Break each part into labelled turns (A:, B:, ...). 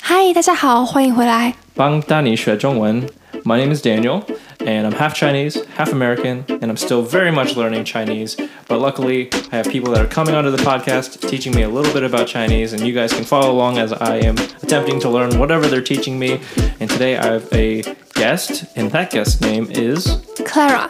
A: 嗨，大家好，欢迎回来。
B: 帮大你学中文 My name is Daniel, and I'm half Chinese, half American, and I'm still very much learning Chinese. But luckily, I have people that are coming onto the podcast teaching me a little bit about Chinese, and you guys can follow along as I am attempting to learn whatever they're teaching me. And today I have a guest, and that guest name is
A: Clara，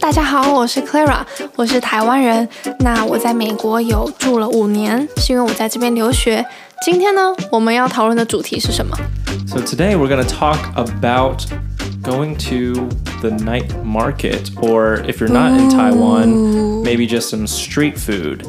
A: 大家好，我是 Clara，我是台湾人。那我在美国有住了五年，是因为我在这边留学。今天呢，我们要讨论的主题是什么？
B: So today we're going to talk about going to the night market, or if you're not in Taiwan, maybe just some street food.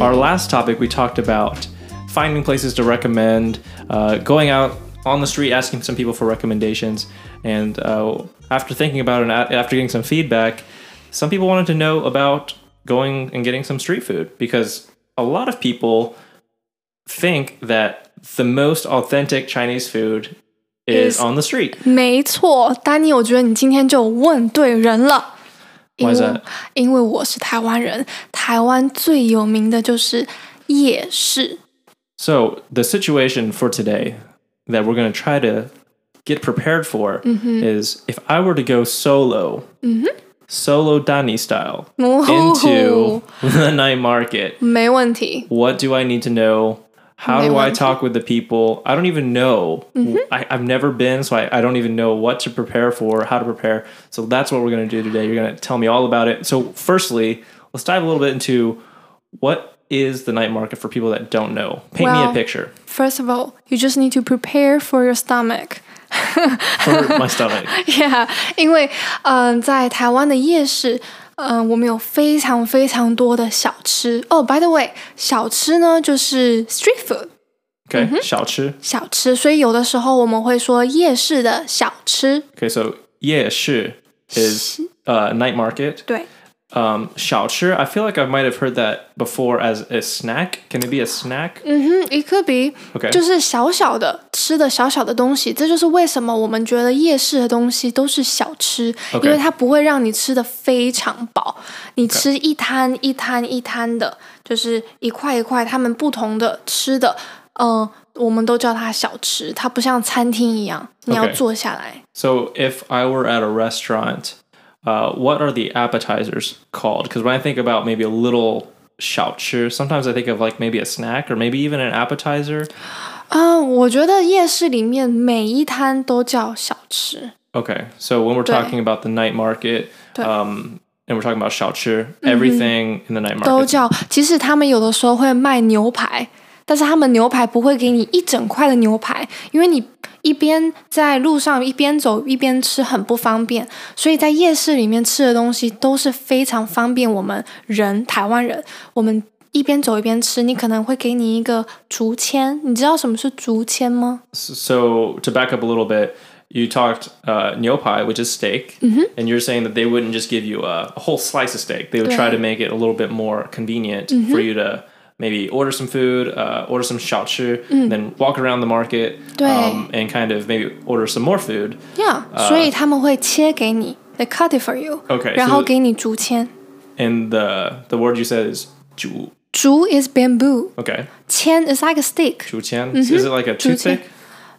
B: Our last topic we talked about finding places to recommend, uh, going out on the street asking some people for recommendations, and uh, after thinking about it and a- after getting some feedback, some people wanted to know about going and getting some street food because a lot of people think that the most authentic Chinese food is,
A: Is-
B: on the street.
A: 没错，丹尼，我觉得你今天就问对人了。因
B: Why
A: 为
B: is that？
A: 因为我是台湾人，台湾最有名的就是夜市。
B: So the situation for today that we're going to try to get prepared for is if I were to go solo, solo Dani style into the night market,
A: 没问题，
B: what do I need to know? How do I
A: Nuance.
B: talk with the people? I don't even know. I, I've never been, so I, I don't even know what to prepare for, how to prepare. So that's what we're going to do today. You're going to tell me all about it. So, firstly, let's dive a little bit into what is the night market for people that don't know? Paint me
A: Well-
B: a picture
A: First of all, you just need to prepare for your stomach.
B: for my stomach.
A: Yeah，因为嗯、呃在台湾的夜市，嗯、我们有非常非常多的小吃。哦、b y the way，小吃呢就是 street food
B: Okay, xiaochi.
A: 小吃，所以有的时候我们会说夜市的小吃。
B: Okay, so 夜市 is uh, night market.
A: 对，
B: Um, 小吃, I feel like I might have heard that before as a snack. Can it be a snack?
A: 嗯哼，it could be
B: Okay.
A: 就是小小的吃的小小的东西，这就是为什么我们觉得夜市的东西都是小吃
B: OK
A: 因为它不会让你吃的非常饱。你吃一摊一摊一摊的，就是一块一块，他们不同的吃的，嗯、我们都叫它小吃，它不像餐厅一样，你要
B: OK
A: 坐下来。
B: So if I were at a restaurant, uh, what are the appetizers called? Because when I think about maybe a little xiaochi, sometimes I think of like maybe a snack or maybe even an appetizer.
A: 啊、我觉得夜市里面每一摊都叫小吃。
B: Okay, so when we're
A: 对。
B: talking about the night market,
A: 对
B: um, and we're talking about xiaochi, everything in the night
A: 都
B: market.
A: 叫，其实他们有的时候会卖牛排，但是他们牛排不会给你一整块的牛排，因为你一边在路上一边走一边吃很不方便，所以在夜市里面吃的东西都是非常方便我们人台湾人，我们一边走一边吃，你可能会给你一个竹签，你知道什么是竹签吗？
B: So to back up a little bit, you talked uh, nyopai, which is steak,
A: Mm-hmm.
B: and you're saying that they wouldn't just give you a, a whole slice of steak. They would try
A: Right. Mm-hmm.
B: to make it a little bit more convenient for you to maybe order some food, uh, order some xiaochi,
A: Mm.
B: then walk around the market um, and kind of maybe order some more food.
A: 呀、yeah,，所以他们会切给你，they cut it for you，、
B: 呃 Okay,
A: 然后
B: so
A: 给你竹签。
B: and the the word you said is ju.
A: 竹 is bamboo，
B: Okay,
A: 签 is like a stick。
B: juqian.
A: Mm-hmm.
B: Is it like a toothpick?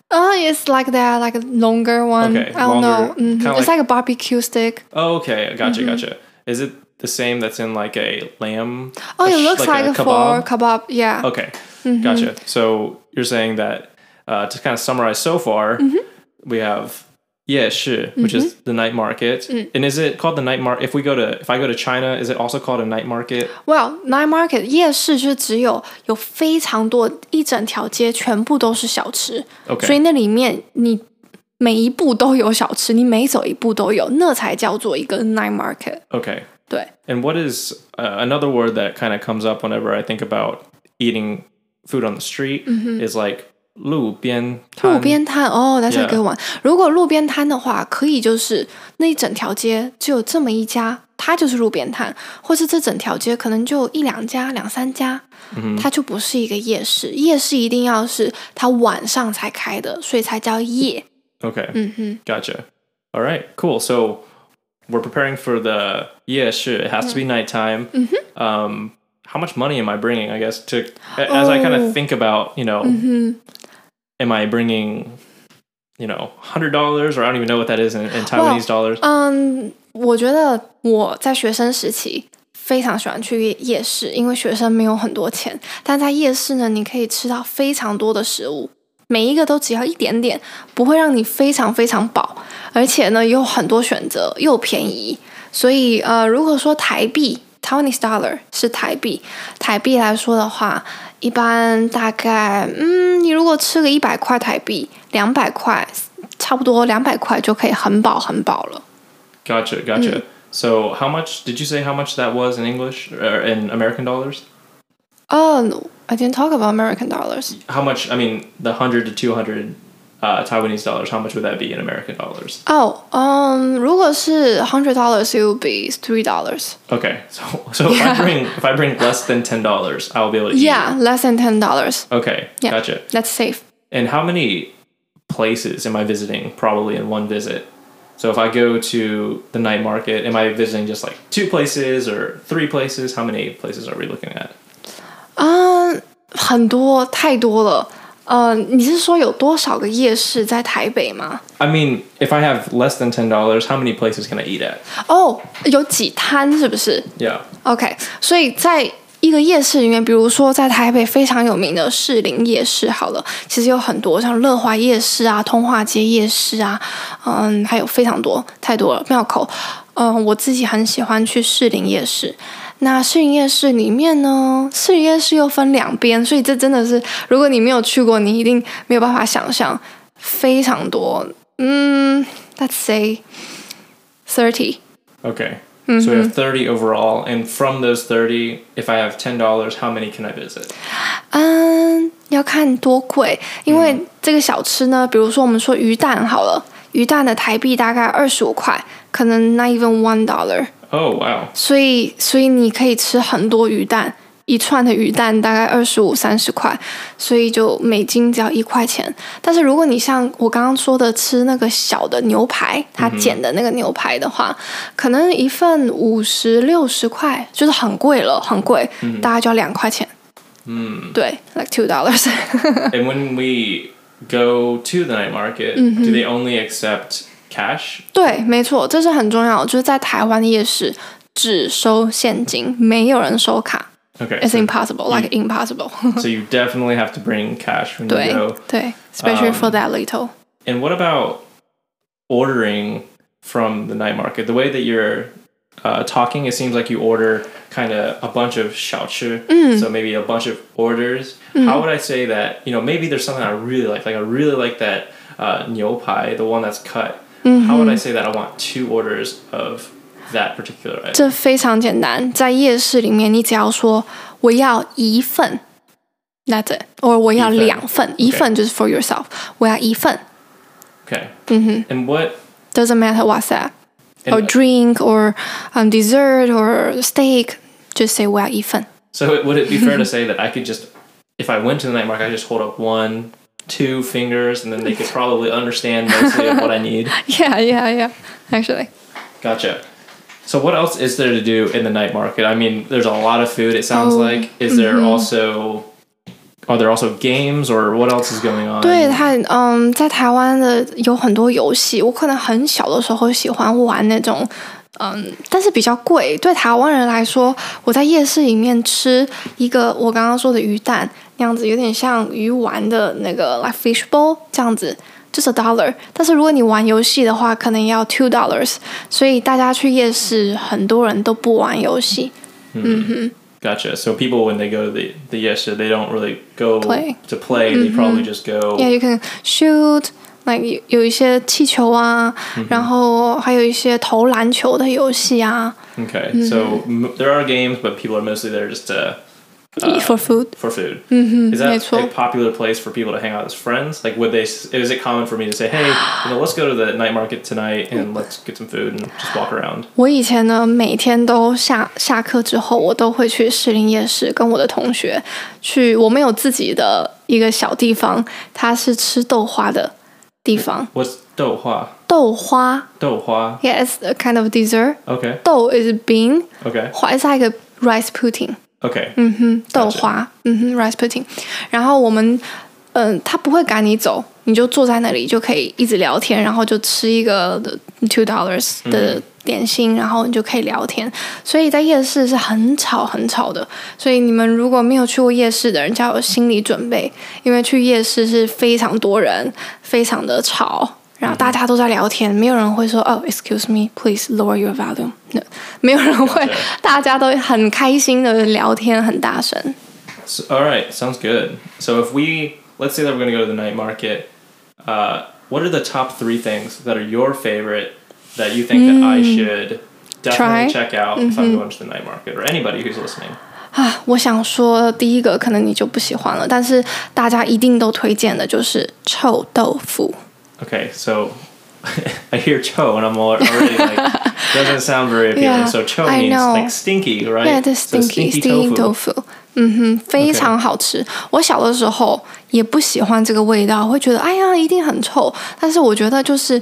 A: Uh, it's like that, like a longer one.
B: Okay,
A: I don't know.
B: longer,
A: Mhm.
B: kinda
A: It's like a barbecue stick.
B: Oh, okay, gotcha,
A: Mm-hmm.
B: gotcha. Is it the same that's in like a lamb?
A: Oh,
B: a
A: it
B: sh-
A: looks like, a,
B: kebab?
A: fork, kebab. Yeah.
B: Okay, gotcha. So you're saying that uh, to kind of summarize so far, we have yeah which is the night market, and is it called the night market? If we go to if I go to China, is it also called a night market?
A: Well, night market 夜市就是只有有非常多一整条街全部都是小吃
B: OK
A: 所以那里面你每一步都有小吃，你每走一步都有，那才叫做一个 night market。
B: Okay,
A: 对，
B: and what is uh, another word that kind of comes up whenever I think about eating food on the street is like 路边
A: 路边摊哦，那是
B: Yeah
A: 给我。如果路边摊的话，可以就是那一整条街只有这么一家，它就是路边摊，或是这整条街可能就一两家、两三家，它就不是一个夜市。夜市一定要是它晚上才开的，所以才叫夜。
B: Okay,
A: 嗯哼，
B: gotcha. All right, cool. So we're preparing for the yeah, sure. It has to be nighttime. Um, how much money am I bringing? I guess to as I kind
A: Oh.
B: of think about you know am I bringing, you know, hundred dollars or I don't even know what that is in, in Taiwanese dollars.
A: 嗯，我觉得我在学生时期非常喜欢去夜夜市，因为学生没有很多钱，但在夜市呢，你可以吃到非常多的食物，每一个都只要一点点，不会让你非常非常饱，而且呢有很多选择，又便宜。所以呃，如果说台币 （Taiwanese dollar） 是台币，台币来说的话，一般大概嗯，你如果吃个一百块台币，两百块，差不多两百块就可以很饱很饱了。
B: Gotcha, gotcha. So how much did you say how much that was in English or in American dollars?
A: 哦、i Oh, didn't talk about American dollars.
B: How much? I mean, the hundred to two hundred uh, Taiwanese dollars. How much would that be in American dollars?
A: 哦，嗯，Oh, um, 如果是 hundred dollars, it would be three dollars.
B: Okay, so so if I
A: Yeah.
B: bring if I bring less than ten dollars, I will be able to. eat.
A: Yeah, less than ten dollars.
B: Okay,
A: Yeah.
B: gotcha.
A: That's safe.
B: And how many places am I visiting probably in one visit? So if I go to the night market, am I visiting just like two places or three places? How many places are we looking at?
A: 嗯，Um, 很多太多了。呃，你是说有多少个夜市在台北吗？
B: I mean, if I have less than ten dollars, how many places can I eat at?
A: 哦、有几摊是不是
B: Yeah.
A: ？OK，所以在一个夜市里面，比如说在台北非常有名的士林夜市，好了，其实有很多像乐华夜市啊、通化街夜市啊，嗯，还有非常多，太多了。庙口，嗯，我自己很喜欢去士林夜市。那士林夜市里面呢，士林夜市又分两边，所以这真的是，如果你没有去过，你一定没有办法想象，非常多。嗯，Let's say thirty。
B: Okay. So we have
A: Mm-hmm.
B: thirty overall, and from those thirty, if I have ten dollars, how many can I visit?
A: 嗯，要看多贵，因为这个小吃呢，比如说我们说鱼蛋好了，鱼蛋的台币大概二十五块，可能 not even one dollar，
B: Oh wow.
A: 所以所以你可以吃很多鱼蛋，一串的鱼蛋大概二十五三十块，所以就美金只要一块钱。但是如果你像我刚刚说的吃那个小的牛排，它剪的那个牛排的话，可能一份五十六十块，就是很贵了，很贵，大概就要两块钱。
B: Hmm.
A: 对，like two dollars。
B: and when we go to the night market, do they only accept cash?
A: 对，没错，这是很重要的。就是在台湾的夜市，只收现金，没有人收卡。
B: Okay.
A: It's
B: so-
A: impossible, like impossible
B: So you definitely have to bring cash when you
A: 对。
B: go.
A: 对，especially
B: Um,
A: for that little。
B: And what about ordering from the night market? The way that you're uh, talking, it seems like you order kind of a bunch of xiaoqi, so maybe a bunch of orders. How would I say that? You know, maybe there's something I really like. Like I really like that uh, niu pie, the one that's cut. How would I say that I want two orders of that particular item?
A: 这非常简单，在夜市里面，你只要说我要一份，that's it，or 我要
B: 一份
A: 两份，一份就是 for yourself，我要一份
B: Okay.
A: Mm-hmm.
B: And what?
A: ，doesn't matter what's that。
B: And-
A: Or drink, or um, dessert, or steak. Just say 我要一份。
B: So it, would it be fair to say that I could just, if I went to the night market, I just hold up one, two fingers, and then they could probably understand mostly of what I need.
A: Yeah, yeah, yeah. Actually.
B: Gotcha. So what else is there to do in the night market? I mean, there's a lot of food. It sounds
A: Oh,
B: like. Is there also? Are there also games or what else is going on?
A: 对，它嗯，在台湾的有很多游戏，我可能很小的时候喜欢玩那种，嗯，但是比较贵。对台湾人来说，我在夜市里面吃一个我刚刚说的鱼蛋那样子，有点像鱼丸的那个 like fish ball 这样子。就是 dollar，但是如果你玩游戏的话，可能要 two dollars。所以大家去夜市，很多人都不玩游戏。
B: Gotcha. So people when they go to the the yesha, they don't really go
A: Play. Mm-hmm.
B: to play. They probably just go.
A: Yeah, you can shoot. Like 有有一些气球啊，然后还有一些投篮球的游戏啊、
B: Okay. So
A: Mm-hmm.
B: m- there are games, but people are mostly there just to.
A: e a t for food。
B: for food. Mm-hmm, is that
A: that's right.
B: a popular place for people to hang out as friends? Like, would they? Is it common for me to say, "Hey, you know, let's go to the night market tonight and let's get some food and just walk around"?
A: 我以前呢，每天都下下课之后，我都会去士林夜市跟我的同学去。我们有自己的一个小地方，它是吃豆花的地方。
B: What's douhua?
A: 豆花
B: Douhua.
A: ，yes, a kind of dessert.
B: Okay.
A: 豆 is bean，
B: Okay.
A: 花 is like a rice pudding.
B: Okay.
A: 嗯哼，豆花，嗯哼，rice pudding。然后我们嗯，他不会赶你走，你就坐在那里就可以一直聊天，然后就吃一个 two dollars
B: 嗯
A: 的点心，然后你就可以聊天。所以在夜市是很吵很吵的，所以你们如果没有去过夜市的人，就要有心理准备，因为去夜市是非常多人，非常的吵。然后
B: 嗯
A: 大家都在聊天，没有人会说哦，excuse me，please lower your volume。No，没有人会
B: 了解，
A: 大家都很开心的聊天，很大声。
B: So, all right, sounds good. So if we let's say that we're gonna go to the night market, uh, what are the top three things that are your favorite that you think that I should
A: Try?
B: definitely check out if I'm going to the night market or anybody who's listening?
A: 啊，我想说第一个可能你就不喜欢了，但是大家一定都推荐的就是臭豆腐。
B: Okay, so I hear cho and I'm al- already like doesn't sound very appealing.
A: Yeah,
B: so cho
A: I
B: means
A: know.
B: like stinky, right?
A: Yeah, the
B: So
A: stinky stinky tofu，嗯哼，非
B: OK
A: 常好吃。我小的时候也不喜欢这个味道，会觉得哎呀一定很臭。但是我觉得就是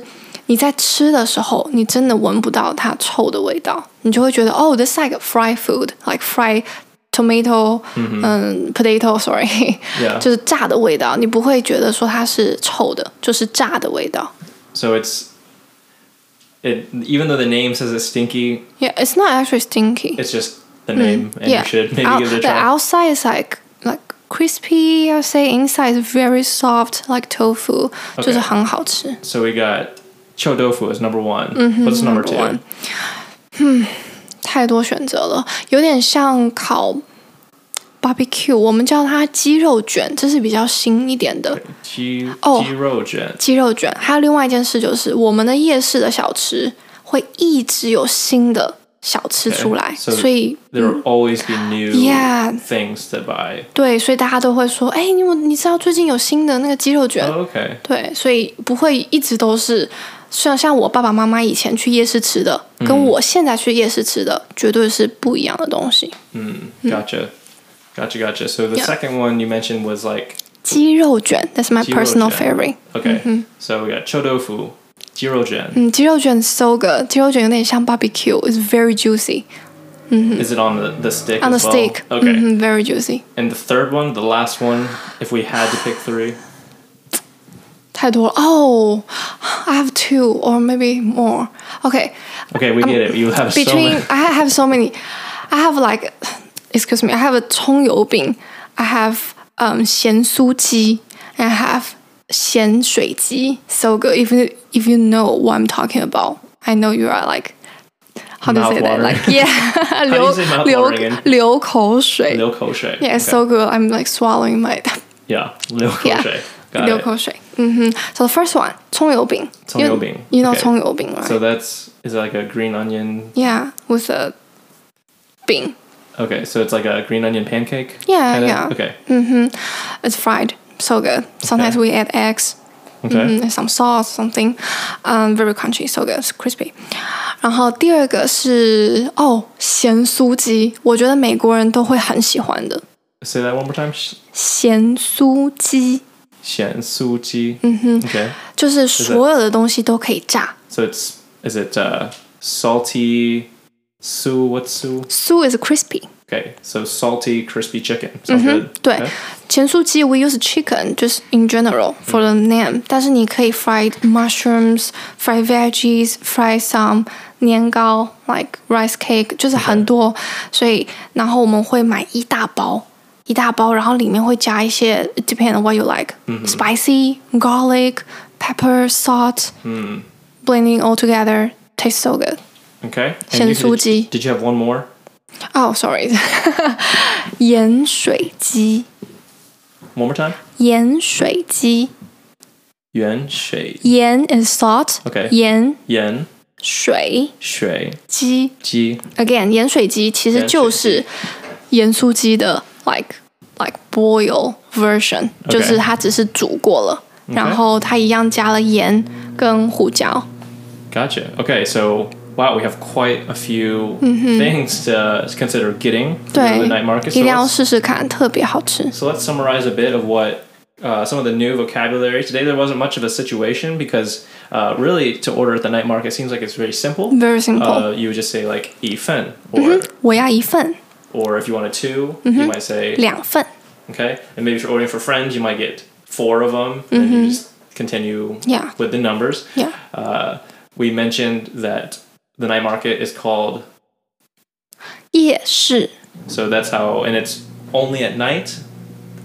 A: 你在吃的时候，你真的闻不到它臭的味道，你就会觉得哦，this is like fried food，like fried tomato，嗯，potato，sorry，
B: Yeah.
A: 就是炸的味道，你不会觉得说它是臭的，就是炸的味道。
B: So it's it even though the name says it's stinky,
A: Yeah, it's not actually stinky.
B: it's just the name and
A: Hmm, yeah,
B: you should maybe
A: Out-
B: give it a
A: the
B: try.
A: outside is like like crispy. I would say inside is very soft, like tofu，、就是很好吃。
B: So we got cho tofu is number one. What's
A: Mm-hmm, number
B: number, two?
A: one. 太多选择了，有点像烤 barbecue，我们叫它鸡肉卷，这是比较新一点的
B: Ji,
A: Oh.
B: jirogen.
A: 鸡肉卷。还有另外一件事就是，我们的夜市的小吃会一直有新的小吃
B: Okay，
A: 出来
B: so
A: 所以
B: There will always be new
A: Yeah.
B: things to buy.
A: 对，所以大家都会说，哎，你有你知道最近有新的那个鸡肉卷
B: Oh, okay.
A: 对，所以不会一直都是，像像我爸爸妈妈以前去夜市吃的，
B: 嗯
A: 跟我现在去夜市吃的绝对是不一样的东西。
B: Mm, gotcha. Gotcha, gotcha. So the
A: hmm. Yeah.
B: second one you mentioned was like,
A: 鸡肉卷，That's my
B: 鸡肉
A: personal
B: 卷
A: favorite。
B: okay,
A: Mm-hmm.
B: so we got cho tofu, jirogen.
A: 嗯，鸡肉卷 so good，鸡肉卷有点像 barbecue，is very juicy
B: Is it on the, the stick
A: Mm-hmm. on the Mm-hmm.
B: as well?
A: steak，
B: Okay.
A: 嗯哼，very juicy。
B: And the third one, the last one, if we had to pick three,
A: 太多了哦、i have two or maybe more. Okay,
B: okay, we get it. You have so
A: Um, between
B: many.
A: I have so many. I have like, excuse me, I have a 葱油饼，I have um 咸酥鸡，I have 咸水鸡。So good. If you if you know what I'm talking about, I know you are like. How do you say that?
B: Mouth-watering.
A: Like yeah，
B: do you
A: 流
B: say mouth-watering
A: 流
B: again?
A: 流口 水。
B: Lil
A: Yeah,
B: Koshe. okay.
A: it's so good. I'm like swallowing my
B: Yeah, Lil
A: Yeah.
B: Koshe. Got
A: 流
B: it.
A: 口水。嗯哼。So Mm-hmm. the first one，葱油饼。
B: 葱油饼
A: You you know
B: Okay.
A: 葱油饼
B: So
A: right?
B: that's is it like a green onion.
A: Yeah, with a 饼。
B: Okay, so it's like a green onion pancake.
A: Yeah,
B: kinda?
A: Uh, yeah.
B: Okay,
A: Mm-hmm. It's fried, so good. Sometimes we add eggs,
B: okay.
A: mm, some sauce, something. Um, very crunchy, so good, it's crispy. 然后第二个是哦，咸酥鸡，我觉得美国人都会很喜欢的
B: Say that one more time. Sh-
A: 咸酥鸡，
B: Xian su ji. Mm-hmm. Okay,
A: 就是所有的东西都可以炸。
B: so it's is it uh, salty su? What's su?
A: Su is crispy.
B: Okay, so salty crispy chicken. Sounds good.
A: 对
B: Okay.，
A: 咸酥鸡 we use chicken just in general for the name，、但是你可以 fried mushrooms, fried veggies, fried some 年糕 like rice cake，就是很多所以然后我们会买一大包。一大包，然后里面会加一些，depend on what you like，spicy、garlic、pepper、salt，blending all together tastes so good。
B: Okay. And you-
A: Xian su ji.
B: Did you have one more?
A: 哦、s o r r y 盐水鸡，
B: One more time.
A: 盐水鸡。
B: Yuan shui.
A: 盐 and salt，
B: Okay
A: 盐
B: Yan
A: 水
B: shui
A: 鸡
B: ji.
A: again 盐水鸡其实就是盐酥鸡的 like like boil version，、
B: OK
A: 就是它只是煮过了然后它一样加了盐跟胡椒。
B: Gotcha. Okay, so wow, we have quite a few things to consider getting for
A: 对
B: the night，market.
A: 一
B: So
A: 定要
B: let's
A: 试试看，特别好吃。
B: So let's summarize a bit of what uh, some of the new vocabulary. Today there wasn't much of a situation because uh, really to order at the night market seems like it's very simple.
A: Very simple，、Mm-hmm.
B: Uh, you would just say like "ifen" or
A: 我要一份、
B: or if you want a 2 you might say
A: 两份、
B: okay. And maybe if you're ordering for friends, you might get four of them, and you just continue
A: Yeah.
B: with the numbers.
A: Yeah.
B: Uh, we mentioned that the night market is called
A: 夜市，
B: so that's how, and it's only at night.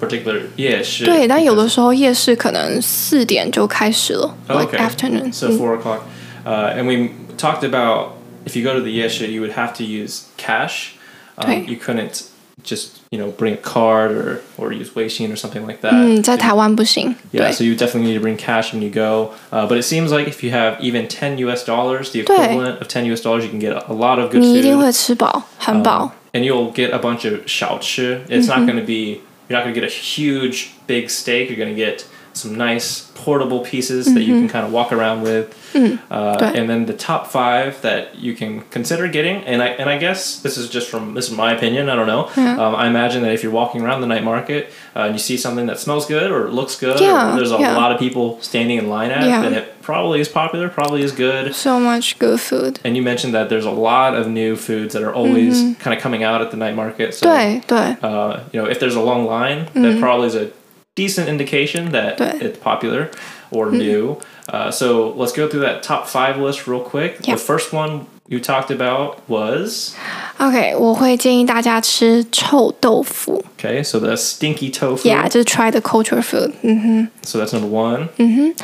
B: Particular, yeah,
A: 对，但有的时候夜市可能四点就开始了、l i k
B: Okay.
A: e afternoon，
B: So four o'clock, uh, and we talked about if you go to the yesha, you would have to use cash. Um,
A: Right.
B: you couldn't just you know bring a card or or use Weixin or something like that.
A: 嗯，在台湾不行，对
B: Yeah, so you definitely need to bring cash when you go. Uh, but it seems like if you have even 10 US dollars, the
A: Right.
B: equivalent of 10 US dollars, you can get a lot of good
A: 你一
B: food.
A: 定会吃饱，很
B: Um,
A: 饱。
B: and you'll get a bunch of xiaochi.
A: Mm-hmm.
B: It's not going to be, you're not going to get a huge, big steak. You're going to get some nice portable pieces that you can kind of walk around with. Uh,
A: Mm-hmm. Right.
B: and then the top five that you can consider getting, and I and I guess this is just from this is my opinion. I don't know. Um, I imagine that if you're walking around the night market uh, and you see something that smells good or looks good,
A: Yeah,
B: or there's a
A: yeah.
B: lot of people standing in line at,
A: Yeah.
B: then it probably is popular, probably is good.
A: So much good food
B: 。And you mentioned that there's a lot of new foods that are always
A: Mm-hmm.
B: kind of coming out at the night market. So,
A: 对对
B: uh, you know, if there's a long line, that probably is a decent indication that
A: Mm-hmm. Right. Mm-hmm.
B: it's popular or new. Uh, so let's go through that top five list real quick.
A: Yeah.
B: The first one you talked about was
A: ，OK，我会建议大家吃臭豆腐
B: okay, so the stinky tofu.
A: ，Yeah，就是 try the culture food，嗯哼，
B: So that's number one.
A: Mm-hmm.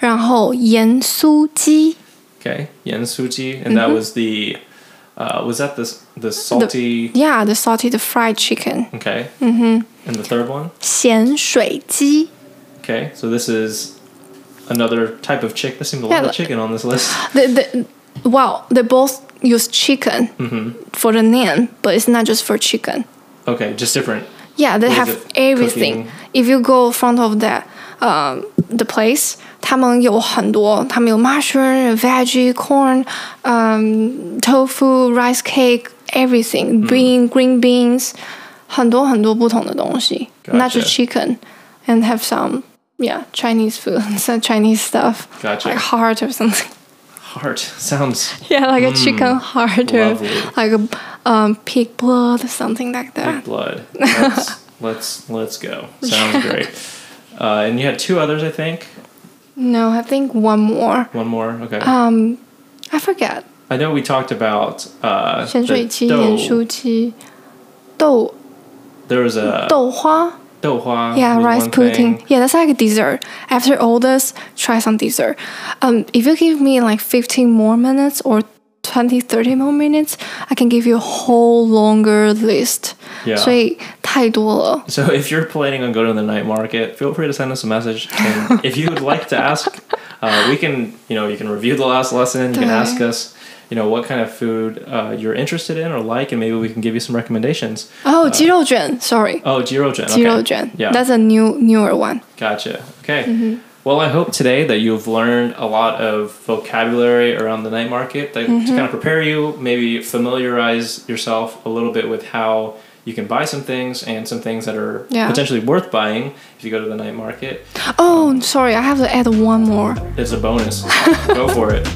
A: 然后盐酥鸡
B: Okay, yen suji,
A: Mm-hmm.
B: and that was the uh, was that the the salty
A: ，Yeah，the salty the fried chicken，
B: okay,
A: Mm-hmm.
B: and the third one.
A: 咸水鸡
B: Okay, so this is another type of chick. There seems a lot
A: Yeah,
B: of chicken on this list.
A: ，the the well they both use chicken for the name，but it's not just for chicken。
B: Okay, just different.
A: Yeah, they
B: What is
A: have
B: it?
A: everything.
B: Cooking?
A: If you go front of the um the place，他们有很多，他们有 mushroom、veggie、corn、um tofu、rice cake、everything、bean、green beans，很多很多不同的东西。Not just chicken, and have some yeah Chinese food, some Chinese stuff
B: Gotcha.
A: like heart or something.
B: Heart sounds
A: Yeah, like a chicken heart or
B: Mm. lovely.
A: like a um pig blood or something like that.
B: like blood. Let's let's, let's go. Sounds great. Uh, and you had two others, I think.
A: No, I think one more.
B: One more. Okay.
A: Um, I forget.
B: I know we talked about uh,
A: 咸水鸡、
B: the
A: 盐酥
B: dough.
A: 鸡、豆
B: There was a
A: 豆花
B: douhua.
A: ，Yeah,
B: was
A: rice
B: Uh, one thing.
A: pudding. Yeah, that's like a dessert. After all this, try some dessert. Um, if you give me like 15 more minutes or 20, 30 more minutes, I can give you a whole longer list.
B: Yeah.
A: 所以太多了。
B: So if you're planning on going to the night market, feel free to send us a message. And if you would like to ask, uh, we can, you know, you can review the last lesson. You can
A: Okay.
B: ask us, you know, what kind of food uh, you're interested in or like, and maybe we can give you some recommendations.
A: Oh, 鸡肉卷，Sorry，
B: Oh, Jirogen.
A: 鸡肉卷
B: Uh, Yeah.
A: ，That's a new newer one.
B: Gotcha. Okay. Well, I hope today that you've learned a lot of vocabulary around the night market that to kind of prepare you, maybe familiarize yourself a little bit with how you can buy some things and some things that are
A: Yeah.
B: potentially worth buying if you go to the night market.
A: Oh, sorry, I have to add one more.
B: It's a bonus. Go for it.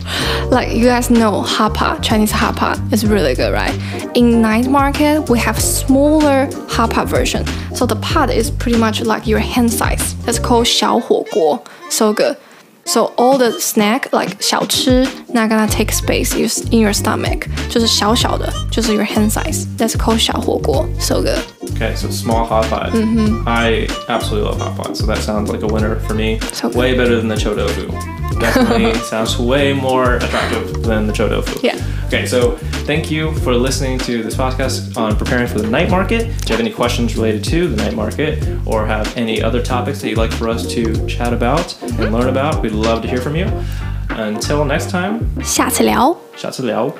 A: Like you guys know, hapa Chinese hapa is really good, right? In night market, we have smaller hapa version. So the pot is pretty much like your hand size. That's called 小火锅. So good. So all the snack like 小吃 not gonna take space is- in your stomach. 就是小小的，就是 your hand size. That's called 小火锅. So good.
B: Okay, so small hot pot. I absolutely love hot pot, so that sounds like a winner for me.
A: So good.
B: way better than the chodofu. Definitely sounds way more attractive than the chodofu.
A: Yeah.
B: Okay, so thank you for listening to this podcast on preparing for the night market. If you have any questions related to the night market or have any other topics that you'd like for us to chat about and learn about, we'd love to hear from you. Until next time,
A: 下次聊。
B: 下次聊。